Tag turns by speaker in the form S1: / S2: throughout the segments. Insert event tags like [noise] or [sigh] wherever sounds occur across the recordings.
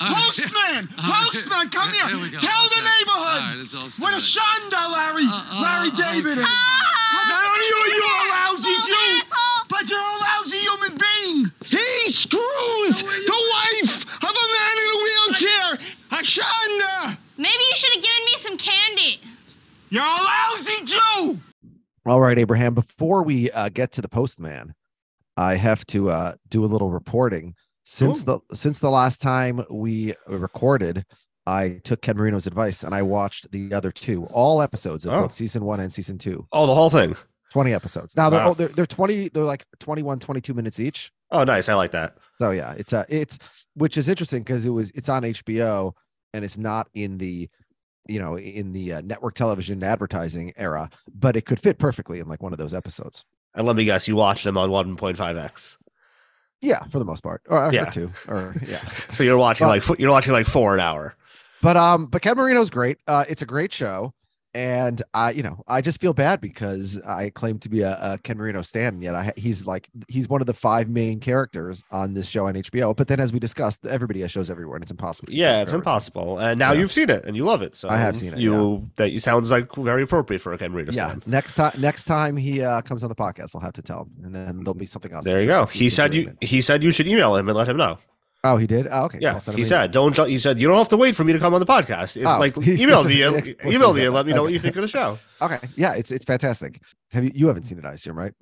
S1: All right.
S2: Postman!
S1: [laughs] All right.
S2: Postman, come
S1: Ah, There
S2: here!
S1: we go. Okay.
S2: Tell the
S1: All right,
S2: neighborhood
S1: it's all
S2: what a
S1: started.
S2: shonda Larry,
S1: Uh, uh,
S2: Larry
S1: uh,
S2: David
S1: okay,
S2: is. Not only are you a lousy
S3: Bald
S2: Jew,
S3: asshole.
S2: but you're a lousy human being. He screws the wife of a man in a wheelchair, a shonda.
S3: Maybe you should have given me some candy.
S2: You're a lousy Jew.
S4: All right, Abraham, before we uh, get to the postman, I have to uh, do a little reporting. Since the since the last time we recorded, I took Ken Marino's advice and I watched the other two, all episodes of
S5: Oh.
S4: both season 1 and season 2.
S5: Oh, the whole thing.
S4: 20 episodes. Now they're
S5: Wow.
S4: oh, they're, they're 20 they're like 21 22 minutes each.
S5: Oh, nice. I like that.
S4: So yeah, it's uh it's which is interesting because it was it's on HBO and it's not in the you know in the uh, network television advertising era, but it could fit perfectly in like one of those episodes.
S5: And let me guess, you watched them on 1.5x.
S4: Yeah, for the most part, or, or
S5: Yeah.
S4: two,
S5: [laughs]
S4: or yeah.
S5: So you're watching
S4: Well-
S5: like fo- you're watching like four an hour.
S4: But um, but Ken Marino's great. Uh, it's a great show, and I, you know, I just feel bad because I claim to be a, a Ken Marino stan, and yet I, he's like he's one of the five main characters on this show on HBO. But then, as we discussed, everybody has shows everywhere, and it's impossible. to keep
S5: Yeah,
S4: up
S5: it's
S4: with everything.
S5: impossible. And now
S4: Yeah.
S5: you've seen it and you love it. So
S4: I have seen it,
S5: You that you sounds like very appropriate for a Ken Reader.
S4: Yeah,
S5: fan.
S4: next time, next time he uh, comes on the podcast, I'll have to tell him, and then there'll be something else.
S5: There you go. He
S4: He's
S5: said
S4: doing
S5: you
S4: it.
S5: he said you should email him and let him know.
S4: Oh, he did. Oh, okay. so
S5: Yeah,
S4: I'll send him
S5: he
S4: an
S5: said don't. He said you don't have to wait for me to come on the podcast. It's
S4: Oh, [laughs]
S5: like
S4: he's-
S5: email me,
S4: he's-
S5: and-
S4: he's-
S5: email me, and let me know what
S4: okay.
S5: you think of the show.
S4: email. Okay. Yeah, it's it's fantastic. Have you you haven't seen it? I assume, right?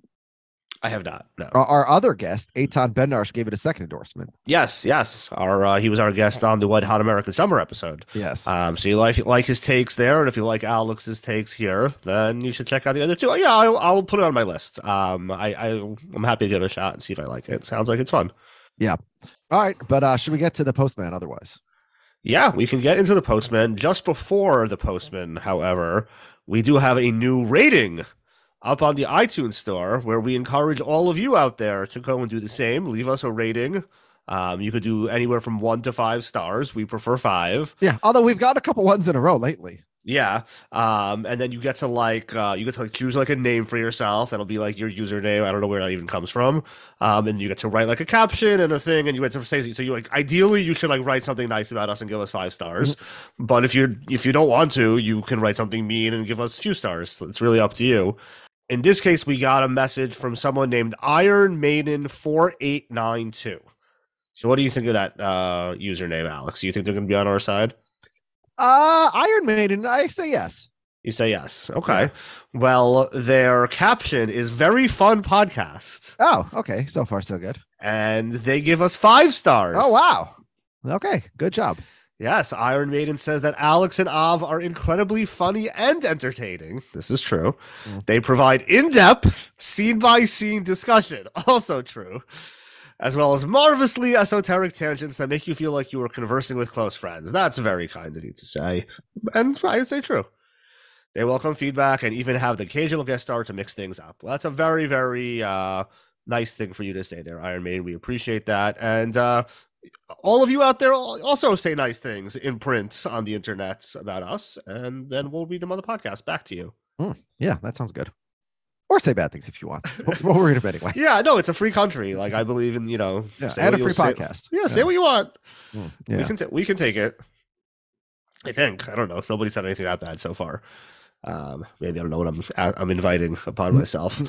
S5: I have not. No.
S4: Our, our other guest, Eitan Benarsh, gave it a second endorsement.
S5: Yes, yes. Our uh, he was our guest on the What Hot American Summer episode.
S4: Yes.
S5: Um, so you like like his takes there, and if you like Alex's takes here, then you should check out the other two. Oh, Yeah, I'll, I'll put it on my list. Um, I, I I'm happy to give it a shot and see if I like it. Sounds like it's fun.
S4: All right, but uh, should we get to the postman otherwise?
S5: Yeah, we can get into the Postman. Just before the Postman, however, we do have a new rating up on the iTunes store where we encourage all of you out there to go and do the same. Leave us a rating. Um, you could do anywhere from one to five stars. We prefer five.
S4: Yeah. Although we've got a couple ones in a row lately.
S5: Yeah. Um, and then you get to like uh, you get to like choose like a name for yourself. That'll be like your username. I don't know where that even comes from. Um, and you get to write like a caption and a thing, and you get to say so you like ideally you should like write something nice about us and give us five stars. But if you if you don't want to, you can write something mean and give us a few stars. So it's really up to you. In this case, we got a message from someone named Iron Maiden four eight nine two. So what do you think of that uh, username, Alex? Do you think they're going to be on our side?
S4: Uh Iron Maiden. I say yes.
S5: You say yes. Okay. Well, their caption is very fun podcast.
S4: Oh, okay. So far, so good.
S5: And they give us five stars.
S4: Oh wow. Okay. Good job.
S5: Yes, Iron Maiden says that Alex and Av are incredibly funny and entertaining. This is true.
S4: Mm.
S5: They provide in depth, scene by scene discussion. [laughs] Also true. As well as marvelously esoteric tangents that make you feel like you were conversing with close friends. That's very kind of you to say. And I'd say true. They welcome feedback and even have the occasional guest star to mix things up. Well, that's a very, very uh, nice thing for you to say there, Iron Maiden. We appreciate that. And uh, all of you out there al- also say nice things in print on the internet about us, and then we'll read them on the podcast. Back to you.
S4: Yeah, that sounds good. Or say bad things if
S5: [laughs]
S4: you want. We'll- We'll read them anyway.
S5: Yeah, no, it's a free country. Like I believe in you know,
S4: Yeah,
S5: say
S4: and a
S5: what
S4: free
S5: you- say-
S4: podcast.
S5: Yeah, say what you want.
S4: Mm,
S5: We
S4: yeah.
S5: can ta- we can take it. I think I don't know. Nobody said anything that bad so far. Um, maybe I don't know what I'm I'm inviting
S4: [laughs]
S5: upon myself.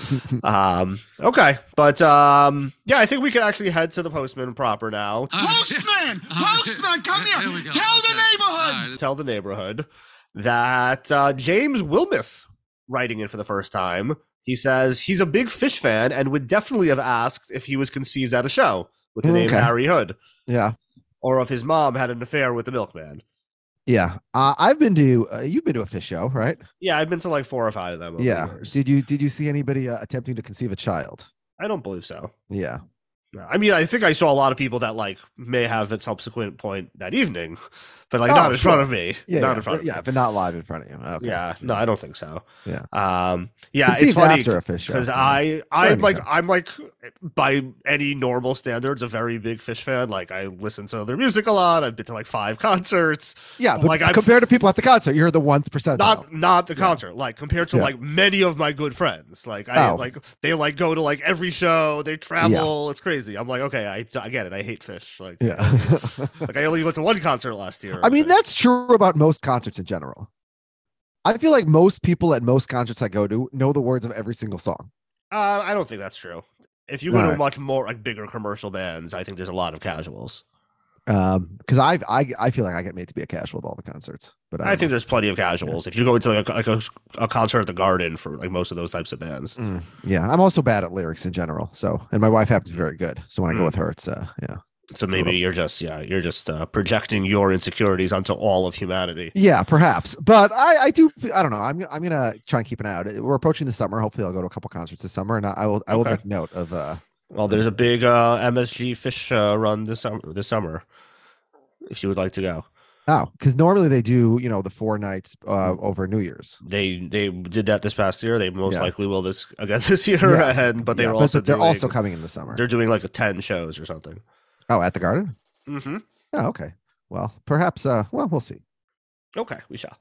S5: um, okay, but um, yeah, I think we can actually head to the postman proper now.
S1: All right. [laughs]
S2: Postman!
S1: All right.
S2: Postman, come
S1: Uh, There
S2: here.
S1: we go.
S2: Tell the
S1: Okay.
S2: neighborhood.
S1: All right.
S5: tell the neighborhood that uh, James Wilmoth writing in for the first time. He says he's a big fish fan and would definitely have asked if he was conceived at a show with the name
S4: Okay.
S5: Harry Hood
S4: Yeah.
S5: or if his mom had an affair with the milkman.
S4: Yeah. Uh, I've been to uh, you've been to a fish show, right?
S5: Yeah, I've been to like four or five of them. Over
S4: yeah.
S5: The years.
S4: Did you did you see anybody uh, attempting to conceive a child?
S5: I don't believe so.
S4: Yeah.
S5: No. I mean, I think I saw a lot of people that like may have at subsequent point that evening, but like
S4: Oh,
S5: not in
S4: sure.
S5: front of me.
S4: Yeah.
S5: not
S4: yeah.
S5: in front of
S4: yeah,
S5: me.
S4: but not live in front of you. Oh, Okay.
S5: Yeah, no, I don't think so.
S4: Yeah.
S5: Um. Yeah,
S4: Conceived
S5: it's funny.
S4: after a fish show.
S5: because
S4: yeah.
S5: I
S4: Sure,
S5: I'm like
S4: anything.
S5: I'm like by any normal standards a very big Fish fan. Like I listen to their music a lot. I've been to like five concerts.
S4: Yeah,
S5: But,
S4: but
S5: like, I've-
S4: compared to people at the concert, you're the one percent.
S5: Not not the concert. Like compared to
S4: Yeah.
S5: like many of my good friends. Like I
S4: Oh.
S5: like they like go to like every show. They travel. It's crazy. crazy. I'm like, okay, I, I get it. I hate fish. Like,
S4: Yeah.
S5: like I only went to one concert last year.
S4: I mean,
S5: but-
S4: that's true about most concerts in general. I feel like most people at most concerts I go to know the words of every single song.
S5: uh, I don't think that's true. If you go to
S4: Alright.
S5: much more like bigger commercial bands, I think there's a lot of casuals.
S4: Um, because I, I I feel like I get made to be a casual at all the concerts, but I,
S5: I think there's plenty of casuals. If you go into like a, like a, a concert at the Garden for like most of those types of bands,
S4: Mm, yeah, I'm also bad at lyrics in general. So, and my wife happens to be very good. So when I
S5: Mm.
S4: go with her, it's uh, yeah,
S5: so maybe you're just yeah, you're just uh, projecting your insecurities onto all of humanity.
S4: yeah, perhaps. But I, I do, I don't know. I'm, I'm gonna try and keep an eye out. We're approaching the summer. Hopefully, I'll go to a couple concerts this summer, and I, I will, I will
S5: Okay.
S4: make note of. uh
S5: Well, there's a big uh, MSG fish uh, run this summer. This summer, if you would like to go,
S4: Oh, because normally they do, you know, the four nights uh, over New Year's.
S5: they they did that this past year. They most
S4: Yeah.
S5: likely will this again [laughs] this year.
S4: Yeah.
S5: And but
S4: Yeah,
S5: they're also
S4: they're
S5: doing-
S4: also coming in the summer.
S5: they're doing like a ten shows or something.
S4: Oh, at the Garden.
S5: Mm-hmm.
S4: Oh, okay. Well, perhaps. Uh, well, we'll see.
S5: Okay, we shall.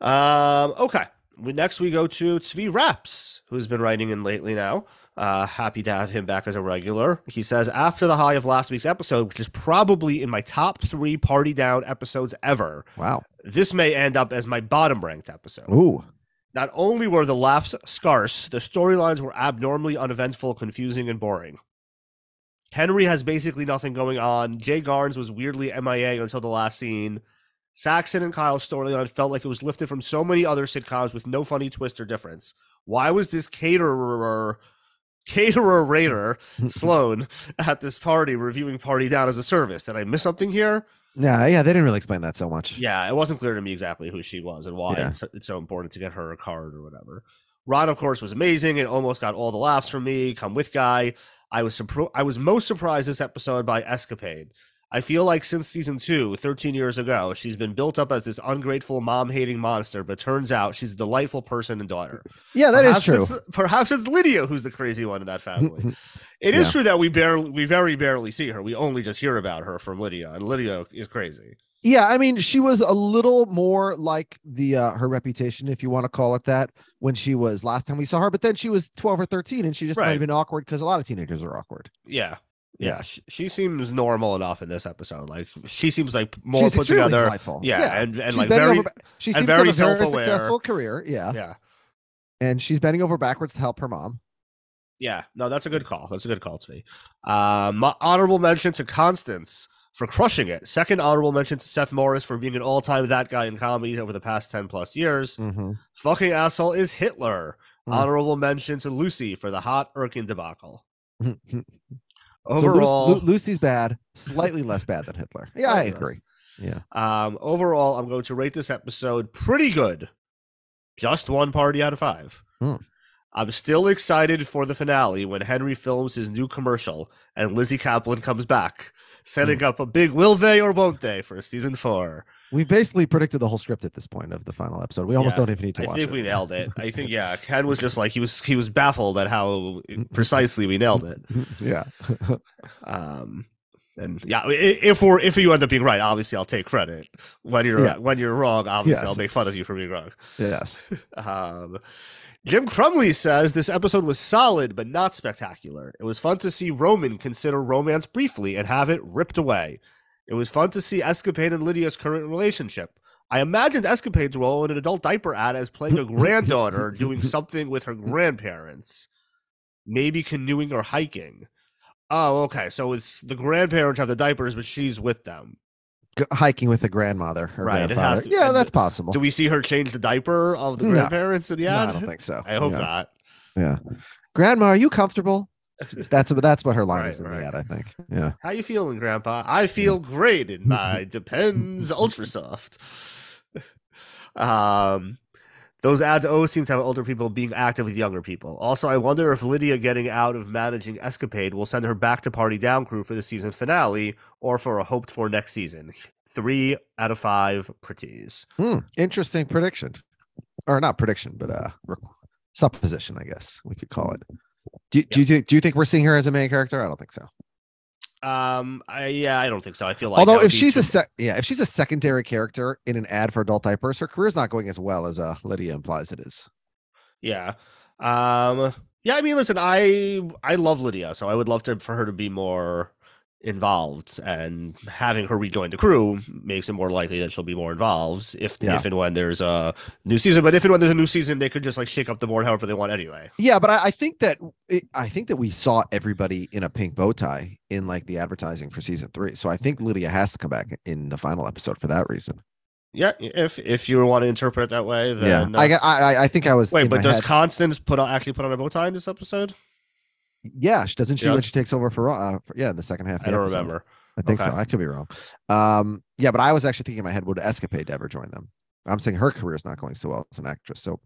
S5: Um, okay. We, next, we go to Tzvi Raps, who's been writing in lately now. Uh, happy to have him back as a regular. He says, after the high of last week's episode, which is probably in my top three party down episodes ever,
S4: Wow.
S5: this may end up as my bottom ranked episode.
S4: Ooh.
S5: Not only were the laughs scarce, the storylines were abnormally uneventful, confusing, and boring. Henry has basically nothing going on. Jay Garnes was weirdly MIA until the last scene. Saxon and Kyle's storyline felt like it was lifted from so many other sitcoms with no funny twist or difference. Why was this caterer, caterer Raider, Sloan, at this party reviewing Party Down as a service? Did I miss something here?
S4: Yeah, yeah. They didn't really explain that so much.
S5: Yeah, it wasn't clear to me exactly who she was and why
S4: Yeah.
S5: it's, it's so important to get her a card or whatever. Ron, of course, was amazing and almost got all the laughs from me. Come with guy. I was surpri- I was most surprised this episode by Escapade. I feel like since season two, 13 years ago, she's been built up as this ungrateful, mom hating monster, but turns out she's a delightful person and daughter.
S4: Yeah, that is
S5: perhaps
S4: true.
S5: It's, perhaps it's Lydia who's the crazy one in that family.
S4: [laughs]
S5: It is
S4: Yeah.
S5: true that we barely, we very barely see her. We only just hear about her from Lydia, and Lydia is crazy.
S4: Yeah, I mean, she was a little more like the uh, her reputation, if you want to call it that, when she was last time we saw her. But then she was twelve or thirteen, and she just might
S5: Right.
S4: have been awkward because a lot of teenagers are awkward.
S5: Yeah.
S4: Yeah.
S5: Yeah. She, she seems normal enough in this episode. Like she seems like more
S4: She's
S5: put
S4: extremely
S5: together.
S4: delightful.
S5: Yeah, And and
S4: She's
S5: like
S4: bending
S5: very
S4: over- she
S5: and
S4: seems to
S5: very
S4: have a very
S5: self-aware.
S4: successful career. Yeah.
S5: yeah.
S4: and she's bending over backwards to help her mom.
S5: Yeah. No, that's a good call. That's a good call to me. Um my honorable mention to Constance for crushing it. Second honorable mention to Seth Morris for being an all-time that guy in comedies over the past 10 plus years.
S4: [laughs]
S5: Fucking asshole is Hitler.
S4: Mm.
S5: Honorable mention to Lucy for the hot Irkin debacle.
S4: Mhm. So Lu-
S5: Overall, Oh,
S4: Lu- Lucy's bad, slightly less bad than Hitler. Yeah, I
S5: Slightly less.
S4: agree. Yeah.
S5: Um, overall, I'm going to rate this episode pretty good. Just one party out of five.
S4: Hmm.
S5: I'm still excited for the finale when Henry films his new commercial and Lizzie Kaplan comes back, setting
S4: Hmm.
S5: up a big will they or won't they for season four.
S4: We've basically predicted the whole script at this point of the final episode. We almost
S5: Yeah,
S4: don't even need to
S5: I
S4: watch
S5: think
S4: it.
S5: we nailed it. I think yeah, Ken
S4: [laughs]
S5: was just like he was he was baffled at how precisely we nailed it.
S4: yeah.
S5: Um, and yeah, i- i- if we're if you end up being right, obviously I'll take credit. When you're
S4: Yeah.
S5: when you're wrong, obviously
S4: Yes.
S5: I'll make fun of you for being wrong.
S4: Yes.
S5: Um, Jim Crumley says this episode was solid but not spectacular. It was fun to see Roman consider romance briefly and have it ripped away. It was fun to see Escapade and Lydia's current relationship. I imagined Escapade's role in an adult diaper ad as playing
S4: [laughs]
S5: a granddaughter doing something with her grandparents, maybe canoeing or hiking. Oh, okay. So it's the grandparents have the diapers, but she's with them.
S4: G- hiking with a grandmother or
S5: Right, it has
S4: grandfather.
S5: to-
S4: yeah,
S5: and
S4: that's possible.
S5: Do we see her change the diaper of the
S4: No.
S5: grandparents in the
S4: No,
S5: ad?
S4: I don't think so.
S5: I hope
S4: Yeah.
S5: not.
S4: Grandma, are you
S5: [laughs]
S4: comfortable? That's that's what her line
S5: Right,
S4: is in
S5: right.
S4: the ad, I think. Yeah.
S5: How you feeling, Grandpa? I feel great in
S4: [laughs]
S5: my Depends Ultrasoft. [laughs] um, those ads always seem to have older people being active with younger people. Also, I wonder if Lydia getting out of managing Escapade will send her back to Party Down Crew for the season finale or for a hoped for next season. Three out of five pretties.
S4: Hmm, interesting prediction, or not prediction, but uh, re- supposition, I guess we could call it. Do, do you do you think we're seeing her as a main character? I don't think so.
S5: Um, I, yeah, I don't think so. I feel like that
S4: Although
S5: would
S4: if
S5: be
S4: she's
S5: too-
S4: a sec- yeah, if she's a secondary character in an ad for adult diapers, her career's not going as well as uh, Lydia implies it is.
S5: Yeah. Um Yeah, I mean, listen, I I love Lydia, so I would love to for her to be more involved, and having her rejoin the crew makes it more likely that she'll be more involved if
S4: Yeah.
S5: if and when there's a new season. But if and when there's a new season, they could just like shake up the board however they want anyway.
S4: Yeah, but I, I think that it, I think that we saw everybody in a pink bow tie in like the advertising for season three. So I think Lydia has to come back in the final episode for that reason.
S5: Yeah, if if you want to interpret it that way, then
S4: yeah, I, got- I I- I think I was
S5: wait,
S4: in
S5: but
S4: my
S5: does
S4: head-
S5: Constance put on, actually put on a bow tie in this episode?
S4: yeah, she doesn't she
S5: Yeah.
S4: when she takes over for Raw? Uh, for, yeah, in the second half. of
S5: I
S4: the
S5: don't
S4: episode.
S5: remember.
S4: I think so.
S5: Okay.
S4: I could be wrong. Um, yeah, but I was actually thinking in my head would Escapade ever join them? I'm saying her career is not going so well as an actress, so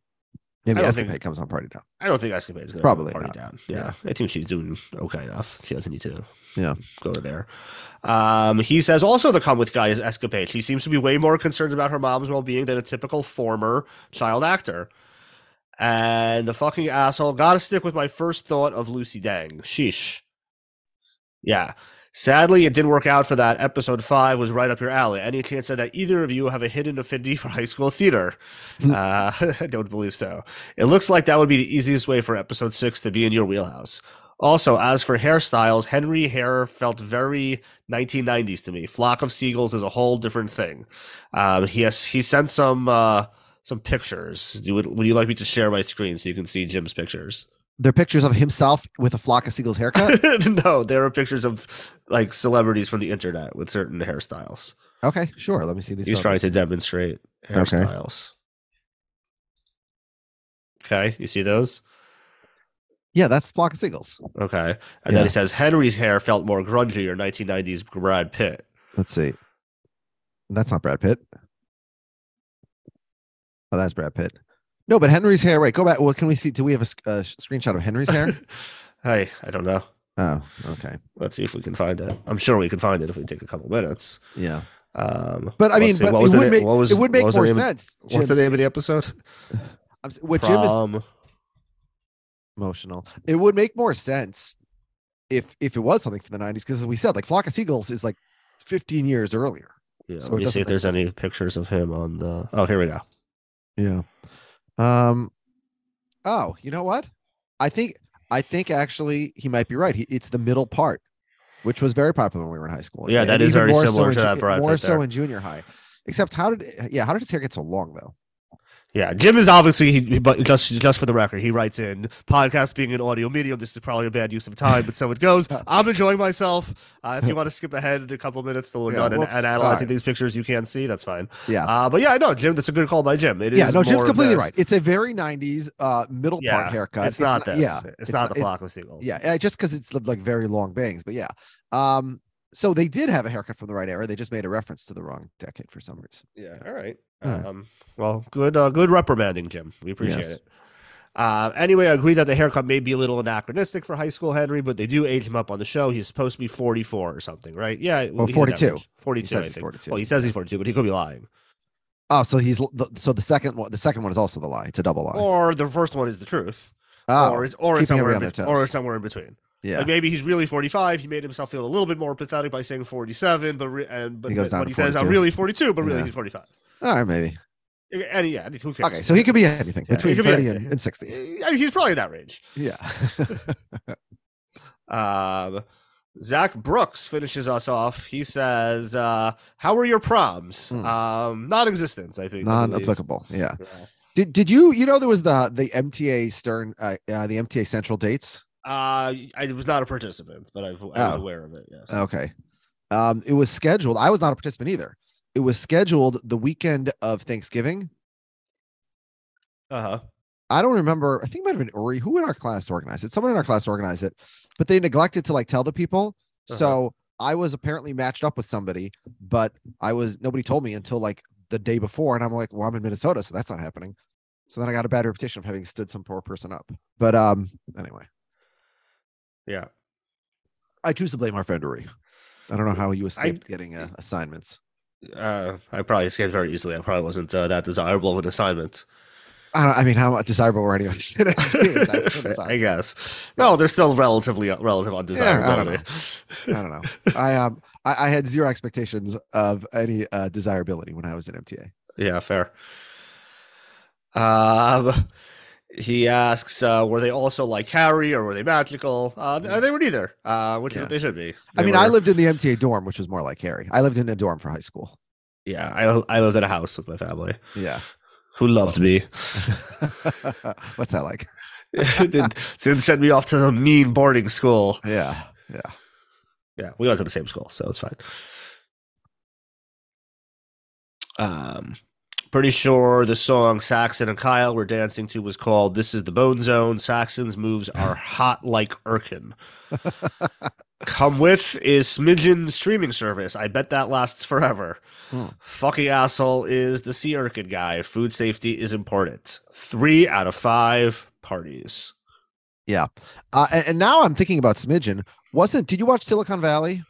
S4: maybe
S5: I don't think-
S4: Escapade comes on party now.
S5: I don't think Escapade's gonna
S4: Probably
S5: party
S4: not.
S5: down. Yeah. I think she's doing okay enough. She doesn't need to
S4: Yeah.
S5: go to there. Um, he says also the come with guy is Escapade. She seems to be way more concerned about her mom's well being than a typical former child actor. And the fucking asshole gotta stick with my first thought of Lucy Dang. Sheesh. Yeah. Sadly, it didn't work out for that. Episode five was right up your alley. Any chance that either of you have a hidden affinity for high
S4: [laughs]
S5: school theater? uh, [laughs] I don't believe so. It looks like that would be the easiest way for episode six to be in your wheelhouse. Also, as for hairstyles, Henry hair felt very 1990s to me. Flock of Seagulls is a whole different thing. Um, he has he sent some uh, some pictures. Do, would, would you like me to share my screen so you can see Jim's pictures?
S4: They're pictures of himself with a flock of seagulls
S5: [laughs]
S4: haircut.
S5: no, there are pictures of like celebrities from the internet with certain hairstyles.
S4: okay, sure. Let me see these.
S5: He's trying
S4: photos.
S5: to demonstrate hairstyles. okay you see those?
S4: Yeah, that's flock of seagulls.
S5: Okay. And
S4: Yeah.
S5: then he says Henry's hair felt more grungy or 1990s Brad Pitt.
S4: Let's see. That's not Brad Pitt. Oh, that's Brad Pitt. No, but Henry's hair. Wait, go back. What can we see? Do we have a, sc- a sh- screenshot of Henry's
S5: [laughs]
S4: hair?
S5: Hey, I don't know.
S4: oh, okay.
S5: Let's see if we can find it. I'm sure we can find it if we take a couple minutes.
S4: Yeah,
S5: Um,
S4: but I
S5: let's
S4: mean,
S5: see,
S4: but
S5: what was
S4: it
S5: the
S4: would
S5: na-
S4: make
S5: what was-
S4: it would
S5: what
S4: make
S5: was the
S4: more
S5: name of-
S4: sense.
S5: What's the
S4: Jim.
S5: name of the episode?
S4: I'm s- what Jim is
S5: Prom.
S4: emotional. It would make more sense if if it was something from the 90s, because as we said, like Flock of Seagulls is like 15 years earlier.
S5: Yeah,
S4: so it
S5: let
S4: doesn't
S5: me see if
S4: make
S5: there's any pictures of him on the. Oh, here we go.
S4: Yeah. Um. Oh, you know what? I think I think actually he might be right. He, it's the middle part, which was very popular when we were in high school.
S5: Yeah, that
S4: that is
S5: is very similar to that Brad
S4: More
S5: Pitt
S4: so
S5: there.
S4: in junior high. Except how did yeah how did his hair get so long though?
S5: Yeah, Jim is obviously, he, he- but just just for the record, he writes in podcast being an audio medium. This is probably a bad use of time, but so
S4: [laughs]
S5: it goes. I'm enjoying myself. Uh, if you want to skip ahead a couple minutes till we're
S4: Yeah,
S5: done and,
S4: whoops.
S5: and
S4: All
S5: analyzing
S4: right.
S5: these pictures, you can see that's fine.
S4: Yeah.
S5: Uh, but yeah, I know Jim. That's a good call by Jim. It is.
S4: yeah, no, Jim's
S5: more of
S4: completely
S5: this-
S4: right. It's a very 90s uh middle
S5: Yeah,
S4: part haircut.
S5: It's, not this.
S4: Yeah,
S5: it's, not the
S4: it's-
S5: flock of seagulls.
S4: Yeah, uh, just because it's li- like very long bangs, but yeah. Um, so they did have a haircut from the right era. They just made a reference to the wrong decade for some reason.
S5: Yeah. All right.
S4: All right.
S5: Um, well, good, uh, good reprimanding, Jim. We appreciate
S4: Yes.
S5: it. Uh, anyway, I agree that the haircut may be a little anachronistic for high school Henry, but they do age him up on the show. He's supposed to be 44 or something, right? Yeah.
S4: Well,
S5: he's
S4: 42.
S5: average. 42.
S4: says
S5: I
S4: he's
S5: think.
S4: 42,
S5: Well, he says he's 42, but he could be lying.
S4: Oh, so he's l- the, so the second one. The second one is also the lie. It's a double lie.
S5: Or the first one is the truth.
S4: oh,
S5: or it's, or it's
S4: keeping
S5: somewhere, in
S4: everybody
S5: bet-
S4: on their
S5: or
S4: toes.
S5: somewhere in between.
S4: yeah.
S5: Like maybe he's really 45. He made himself feel a little bit more pathetic by saying 47, but re- and but,
S4: He goes
S5: but
S4: down
S5: when
S4: to
S5: he says I'm
S4: 42.
S5: really 42, but really
S4: Yeah.
S5: he's 45.
S4: All right, maybe.
S5: And yeah, and who cares?
S4: Okay, so he could be anything
S5: Yeah, he
S4: between
S5: could be
S4: thirty and,
S5: anything.
S4: and sixty.
S5: I mean, he's probably in that range. [laughs]
S4: Yeah.
S5: Um, Zach Brooks finishes us off. He says, uh, "How were your proms?
S4: Hmm.
S5: Um, non-existence, I think. I believe.
S4: [laughs] Non-applicable. Yeah.
S5: Yeah.
S4: Did Did you you know there was the the MTA Stern uh, uh the MTA Central dates?
S5: Uh, I was not a participant, but I've, I was
S4: Oh.
S5: aware of it. Yes.
S4: Okay. Um, it was scheduled. I was not a participant either. It was scheduled the weekend of Thanksgiving,
S5: Uh huh.
S4: I don't remember. I think it might have been Uri. Who in our class organized it? Someone in our class organized it, but they neglected to like tell the people.
S5: Uh-huh.
S4: So I was apparently matched up with somebody, but I was nobody told me until like the day before, and I'm like, well, I'm in Minnesota, so that's not happening. So then I got a bad reputation of having stood some poor person up. But um, anyway,
S5: Yeah.
S4: I choose to blame our friend Uri. I don't know how you
S5: I-
S4: escaped getting uh, assignments.
S5: Uh, I probably escaped very easily. I probably wasn't uh, that desirable of an assignment.
S4: I, don't, I mean, how desirable [laughs] were anyways?
S5: [laughs] I guess. No, they're still relatively relative undesirability.
S4: I don't know. I um I, I had zero expectations of any uh, desirability when I was in MTA.
S5: Yeah, fair. Um, He asks, uh, were they also like Harry or were they magical? Uh, th- they were neither, uh, which is
S4: Yeah.
S5: what they should be.
S4: I
S5: They
S4: mean, I
S5: were-
S4: lived in the MTA dorm, which was more like Harry. I lived in a dorm for high school.
S5: Yeah, I, I lived at a house with my family
S4: Yeah. [laughs]
S5: who loved me. [laughs]
S4: What's that like?
S5: didn't, didn't send me off to a mean boarding school.
S4: Yeah. Yeah.
S5: Yeah, we went to the same school, so it's fine. Um, pretty sure the song Saxon and Kyle were dancing to was called "This Is the Bone Zone." Saxon's moves are hot like Irkin. Come with is Smidgen streaming service. I bet that lasts forever.
S4: Hmm.
S5: Fucking asshole is the sea urchin guy. Food safety is important. Three out of five parties.
S4: Uh, and, and now I'm thinking about Smidgen. Wasn't, did you watch Silicon Valley?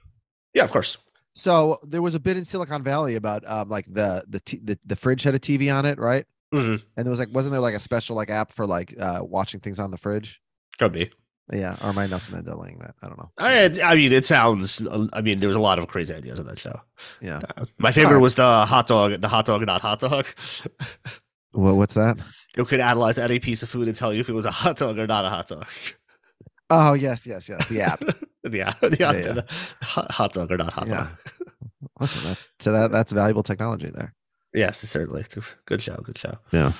S5: Yeah, of course.
S4: So there was a bit in Silicon Valley about um, like the the, t- the the fridge had a TV on it, right?
S5: Mhm.
S4: And there was like, wasn't there like a special like app for like uh, watching things on the fridge?
S5: Could be.
S4: Yeah, or am I Nelson Mandelaying that? I don't know.
S5: I, I mean, it sounds. I mean, there was a lot of crazy ideas on that show.
S4: Yeah.
S5: My favorite
S4: Alright.
S5: was the hot dog, the hot dog, not hot dog.
S4: Well, what's that?
S5: It could analyze any piece of food and tell you if it was a hot dog or not a hot dog. [laughs]
S4: Oh yes, yes, yes. The app.
S5: yeah, [laughs] yeah,
S4: Yeah,
S5: the-
S4: yeah.
S5: the Hot, hot dog or not hot
S4: Yeah.
S5: dog.
S4: Listen, that's so that that's valuable technology there.
S5: Yes, certainly. It's a Good show, good show.
S4: Yeah.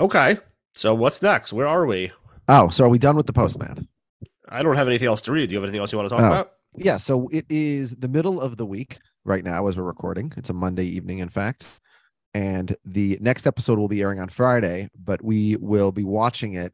S5: Okay, so what's next? Where are we?
S4: Oh, so are we done with the postman?
S5: I don't have anything else to read. Do you have anything else you want to talk
S4: Oh.
S5: about?
S4: Yeah. So it is the middle of the week right now as we're recording. It's a Monday evening, in fact. And the next episode will be airing on Friday, but we will be watching it.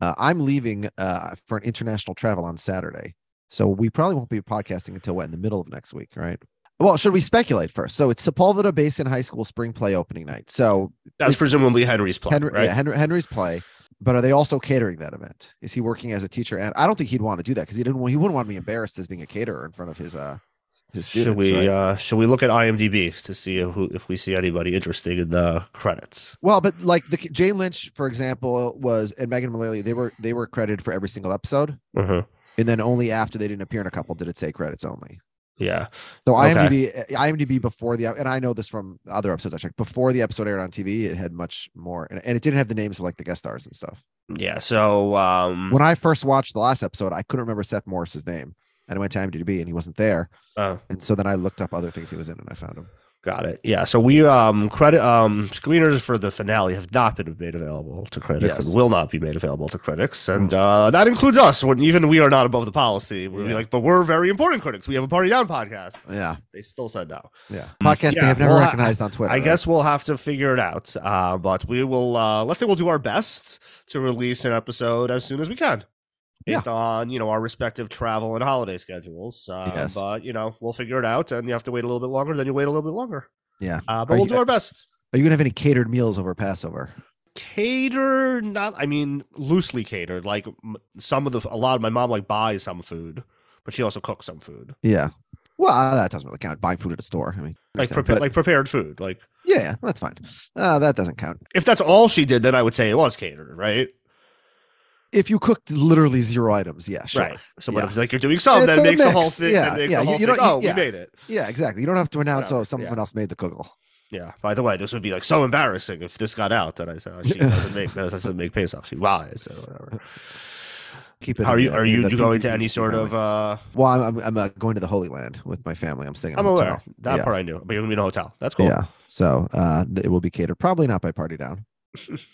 S4: Uh, I'm leaving uh, for an international travel on Saturday. So we probably won't be podcasting until what, in the middle of next week, right? Well, should we speculate first? So it's Sepulveda Basin High School spring play opening night. So
S5: That's
S4: It's-
S5: presumably Henry's plot,
S4: Henry,
S5: right?
S4: yeah, Henry, Henry's play. But are they also catering that event? Is he working as a teacher? And I don't think he'd want to do that because he didn't. want- He wouldn't want to be embarrassed as being a caterer in front of his uh his
S5: Should
S4: students.
S5: we
S4: right?
S5: uh, should we look at IMDb to see who if we see anybody interesting in the credits?
S4: well, but like the Jane Lynch, for example, was and Megan Mullally, they were they were credited for every single episode,
S5: hmm
S4: and then only after they didn't appear in a couple did it say credits only.
S5: Yeah,
S4: So
S5: Okay.
S4: IMDb, uh, IMDb before the and I know this from other episodes I checked before the episode aired on TV, it had much more, and, and it didn't have the names of like the guest stars and stuff.
S5: yeah. So um,
S4: when I first watched the last episode, I couldn't remember Seth Morris's name. And I went to IMDb and he wasn't there.
S5: oh,
S4: And so then I looked up other things he was in and I found him.
S5: got it. Yeah, so we um credit um screeners for the finale have not been made available to critics
S4: Yes. Mm-hmm.
S5: and will not be made available to critics, and uh, that includes us. When even we are not above the policy, we're
S4: Yeah.
S5: like, but we're very important critics. We have a party down podcast.
S4: Yeah.
S5: They still said no.
S4: Yeah. Podcast
S5: yeah,
S4: they have never
S5: well, I-
S4: recognized on Twitter.
S5: I
S4: right?
S5: guess we'll have to figure it out. Uh, but we will. Uh, let's say we'll do our best to release an episode as soon as we can, based on you know our respective travel and holiday schedules. Uh,
S4: Yes.
S5: But you know we'll figure it out, and you have to wait a little bit longer. Then you wait a little bit longer.
S4: Yeah.
S5: Uh, but
S4: Are
S5: we'll
S4: you-
S5: do our best.
S4: Are you going to have any catered meals over Passover?
S5: Cater, not. I mean, loosely catered. Like m- some of the a lot of my mom like buys some food, but she also cooks some food,
S4: Yeah. Well, uh, that doesn't really count. Buying food at a store. I mean,
S5: like
S4: understand,
S5: prepa-
S4: but-
S5: like prepared food. Like
S4: yeah, yeah, that's fine. Uh, that doesn't count.
S5: if that's all she did, then I would say it was catered, right?
S4: If you cooked literally zero items, yeah, sure.
S5: Right. Someone
S4: Yeah.
S5: else is like, you're doing some,
S4: It's
S5: then
S4: all
S5: makes the whole
S4: mixed.
S5: thing.
S4: Yeah,
S5: Then makes
S4: yeah,
S5: the
S4: you-
S5: whole
S4: you
S5: thing.
S4: don't-
S5: Oh,
S4: yeah.
S5: we made it.
S4: Yeah, exactly. You don't have to announce,
S5: Whatever,
S4: oh, someone
S5: yeah.
S4: else made the kugel.
S5: Yeah. By the way, this would be like so embarrassing if this got out that I said, oh, she doesn't make, that doesn't make Pesach. She lies or [laughs] whatever.
S4: Keep it.
S5: How are
S4: in
S5: you,
S4: the-
S5: are
S4: in
S5: you
S4: the
S5: do going to
S4: DVD
S5: any sort of,
S4: family.
S5: uh,
S4: Well, I'm, I'm, I'm uh, going to the Holy Land with my family. I'm staying. in a
S5: I'm aware.
S4: hotel.
S5: That
S4: yeah.
S5: part I knew, but you're going to be in a hotel. That's cool.
S4: Yeah. So uh, th- it will be catered, probably not by Party Down.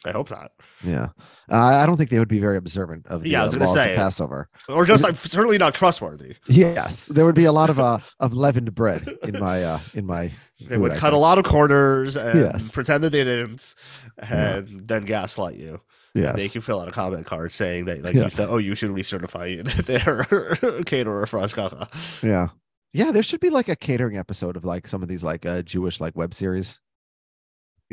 S5: I hope not.
S4: Yeah, uh, I don't think they would be very observant of the
S5: Yeah, I
S4: uh,
S5: was gonna
S4: laws of
S5: say.
S4: Passover.
S5: Or just, I'm certainly not trustworthy.
S4: Yes, there would be a lot of uh, of leavened bread in my uh, in my.
S5: They
S4: food,
S5: would
S4: I
S5: cut a
S4: think.
S5: lot of corners and
S4: Yes.
S5: pretend that they didn't
S4: Yeah.
S5: and then gaslight you.
S4: Yes,
S5: make you fill out a comment card saying that like
S4: Yeah.
S5: you th- oh you should recertify [laughs] their [laughs] caterer for Ashkaga.
S4: yeah, yeah. There should be like a catering episode of like some of these like uh, Jewish like web series.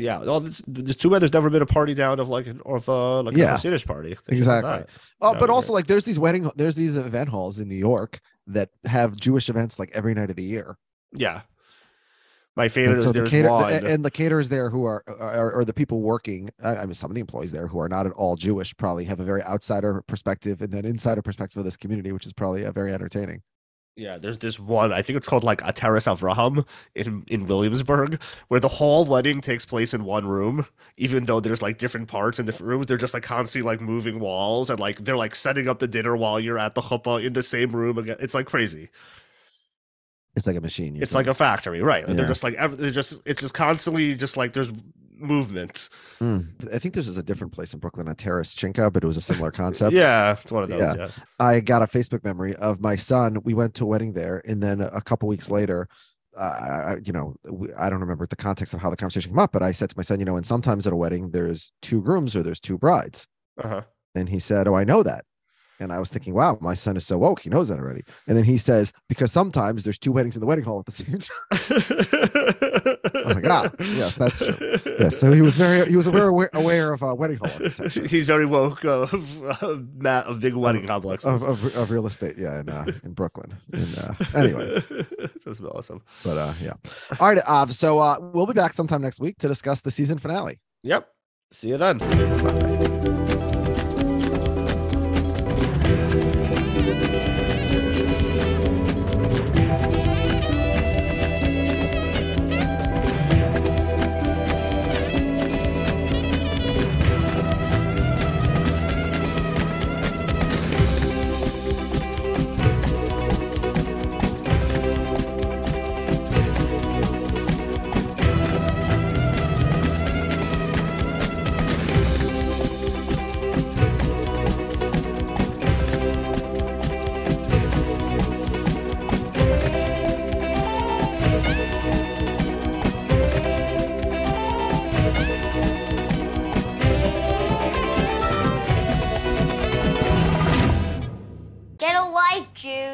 S5: Yeah, well, it's, it's too bad there's never been a party down of like an of uh, like
S4: Yeah.
S5: a Hasidic party. They should have
S4: Exactly.
S5: that.
S4: Oh,
S5: That would
S4: but
S5: be
S4: also
S5: great.
S4: like there's these wedding, there's these event halls in New York that have Jewish events like every night of the year.
S5: Yeah. My
S4: And
S5: favorite
S4: so the
S5: is there's
S4: cater-
S5: one.
S4: the- and the caterers there who are, are or the people working, I I mean, some of the employees there who are not at all Jewish probably have a very outsider perspective and then insider perspective of this community, which is probably uh, very entertaining.
S5: Yeah, there's this one. I think it's called like a Terrace Avraham in in Williamsburg, where the whole wedding takes place in one room. Even though there's like different parts in different rooms, they're just like constantly like moving walls and like they're like setting up the dinner while you're at the chuppah in the same room again. It's like crazy.
S4: It's like a machine. you're
S5: It's like a factory, right? They're
S4: Yeah.
S5: just like ev- they're just it's just constantly just like there's movement.
S4: saying. Mm. I think this is a different place in Brooklyn, a terrace chinka, but it was a
S5: [laughs]
S4: similar concept.
S5: yeah, it's one of those.
S4: yeah.
S5: Yeah.
S4: I got a Facebook memory of my son. We went to a wedding there, and then a couple weeks later, uh, I- you know, we- I don't remember the context of how the conversation came up, but I said to my son, you know, and sometimes at a wedding there's two grooms or there's two brides,
S5: Uh-huh.
S4: and he said, "Oh, I know that." And I was thinking, wow, my son is so woke; he knows that already. And then he says, because sometimes there's two weddings in the wedding hall at the same [laughs] time.
S5: I
S4: was like, ah, yes, that's
S5: [laughs]
S4: true. yes, so he was very, he was aware aware, aware of uh, wedding hall architecture.
S5: He's very woke of, of Matt of big wedding
S4: [laughs]
S5: complexes.
S4: Of, of, of real estate, yeah, in, uh, in Brooklyn. And, uh, anyway,
S5: [laughs] that's awesome.
S4: but uh, yeah. All right, uh, so uh, we'll be back sometime next week to discuss the season finale.
S5: Yep. See you then.
S1: Get a life, Jude.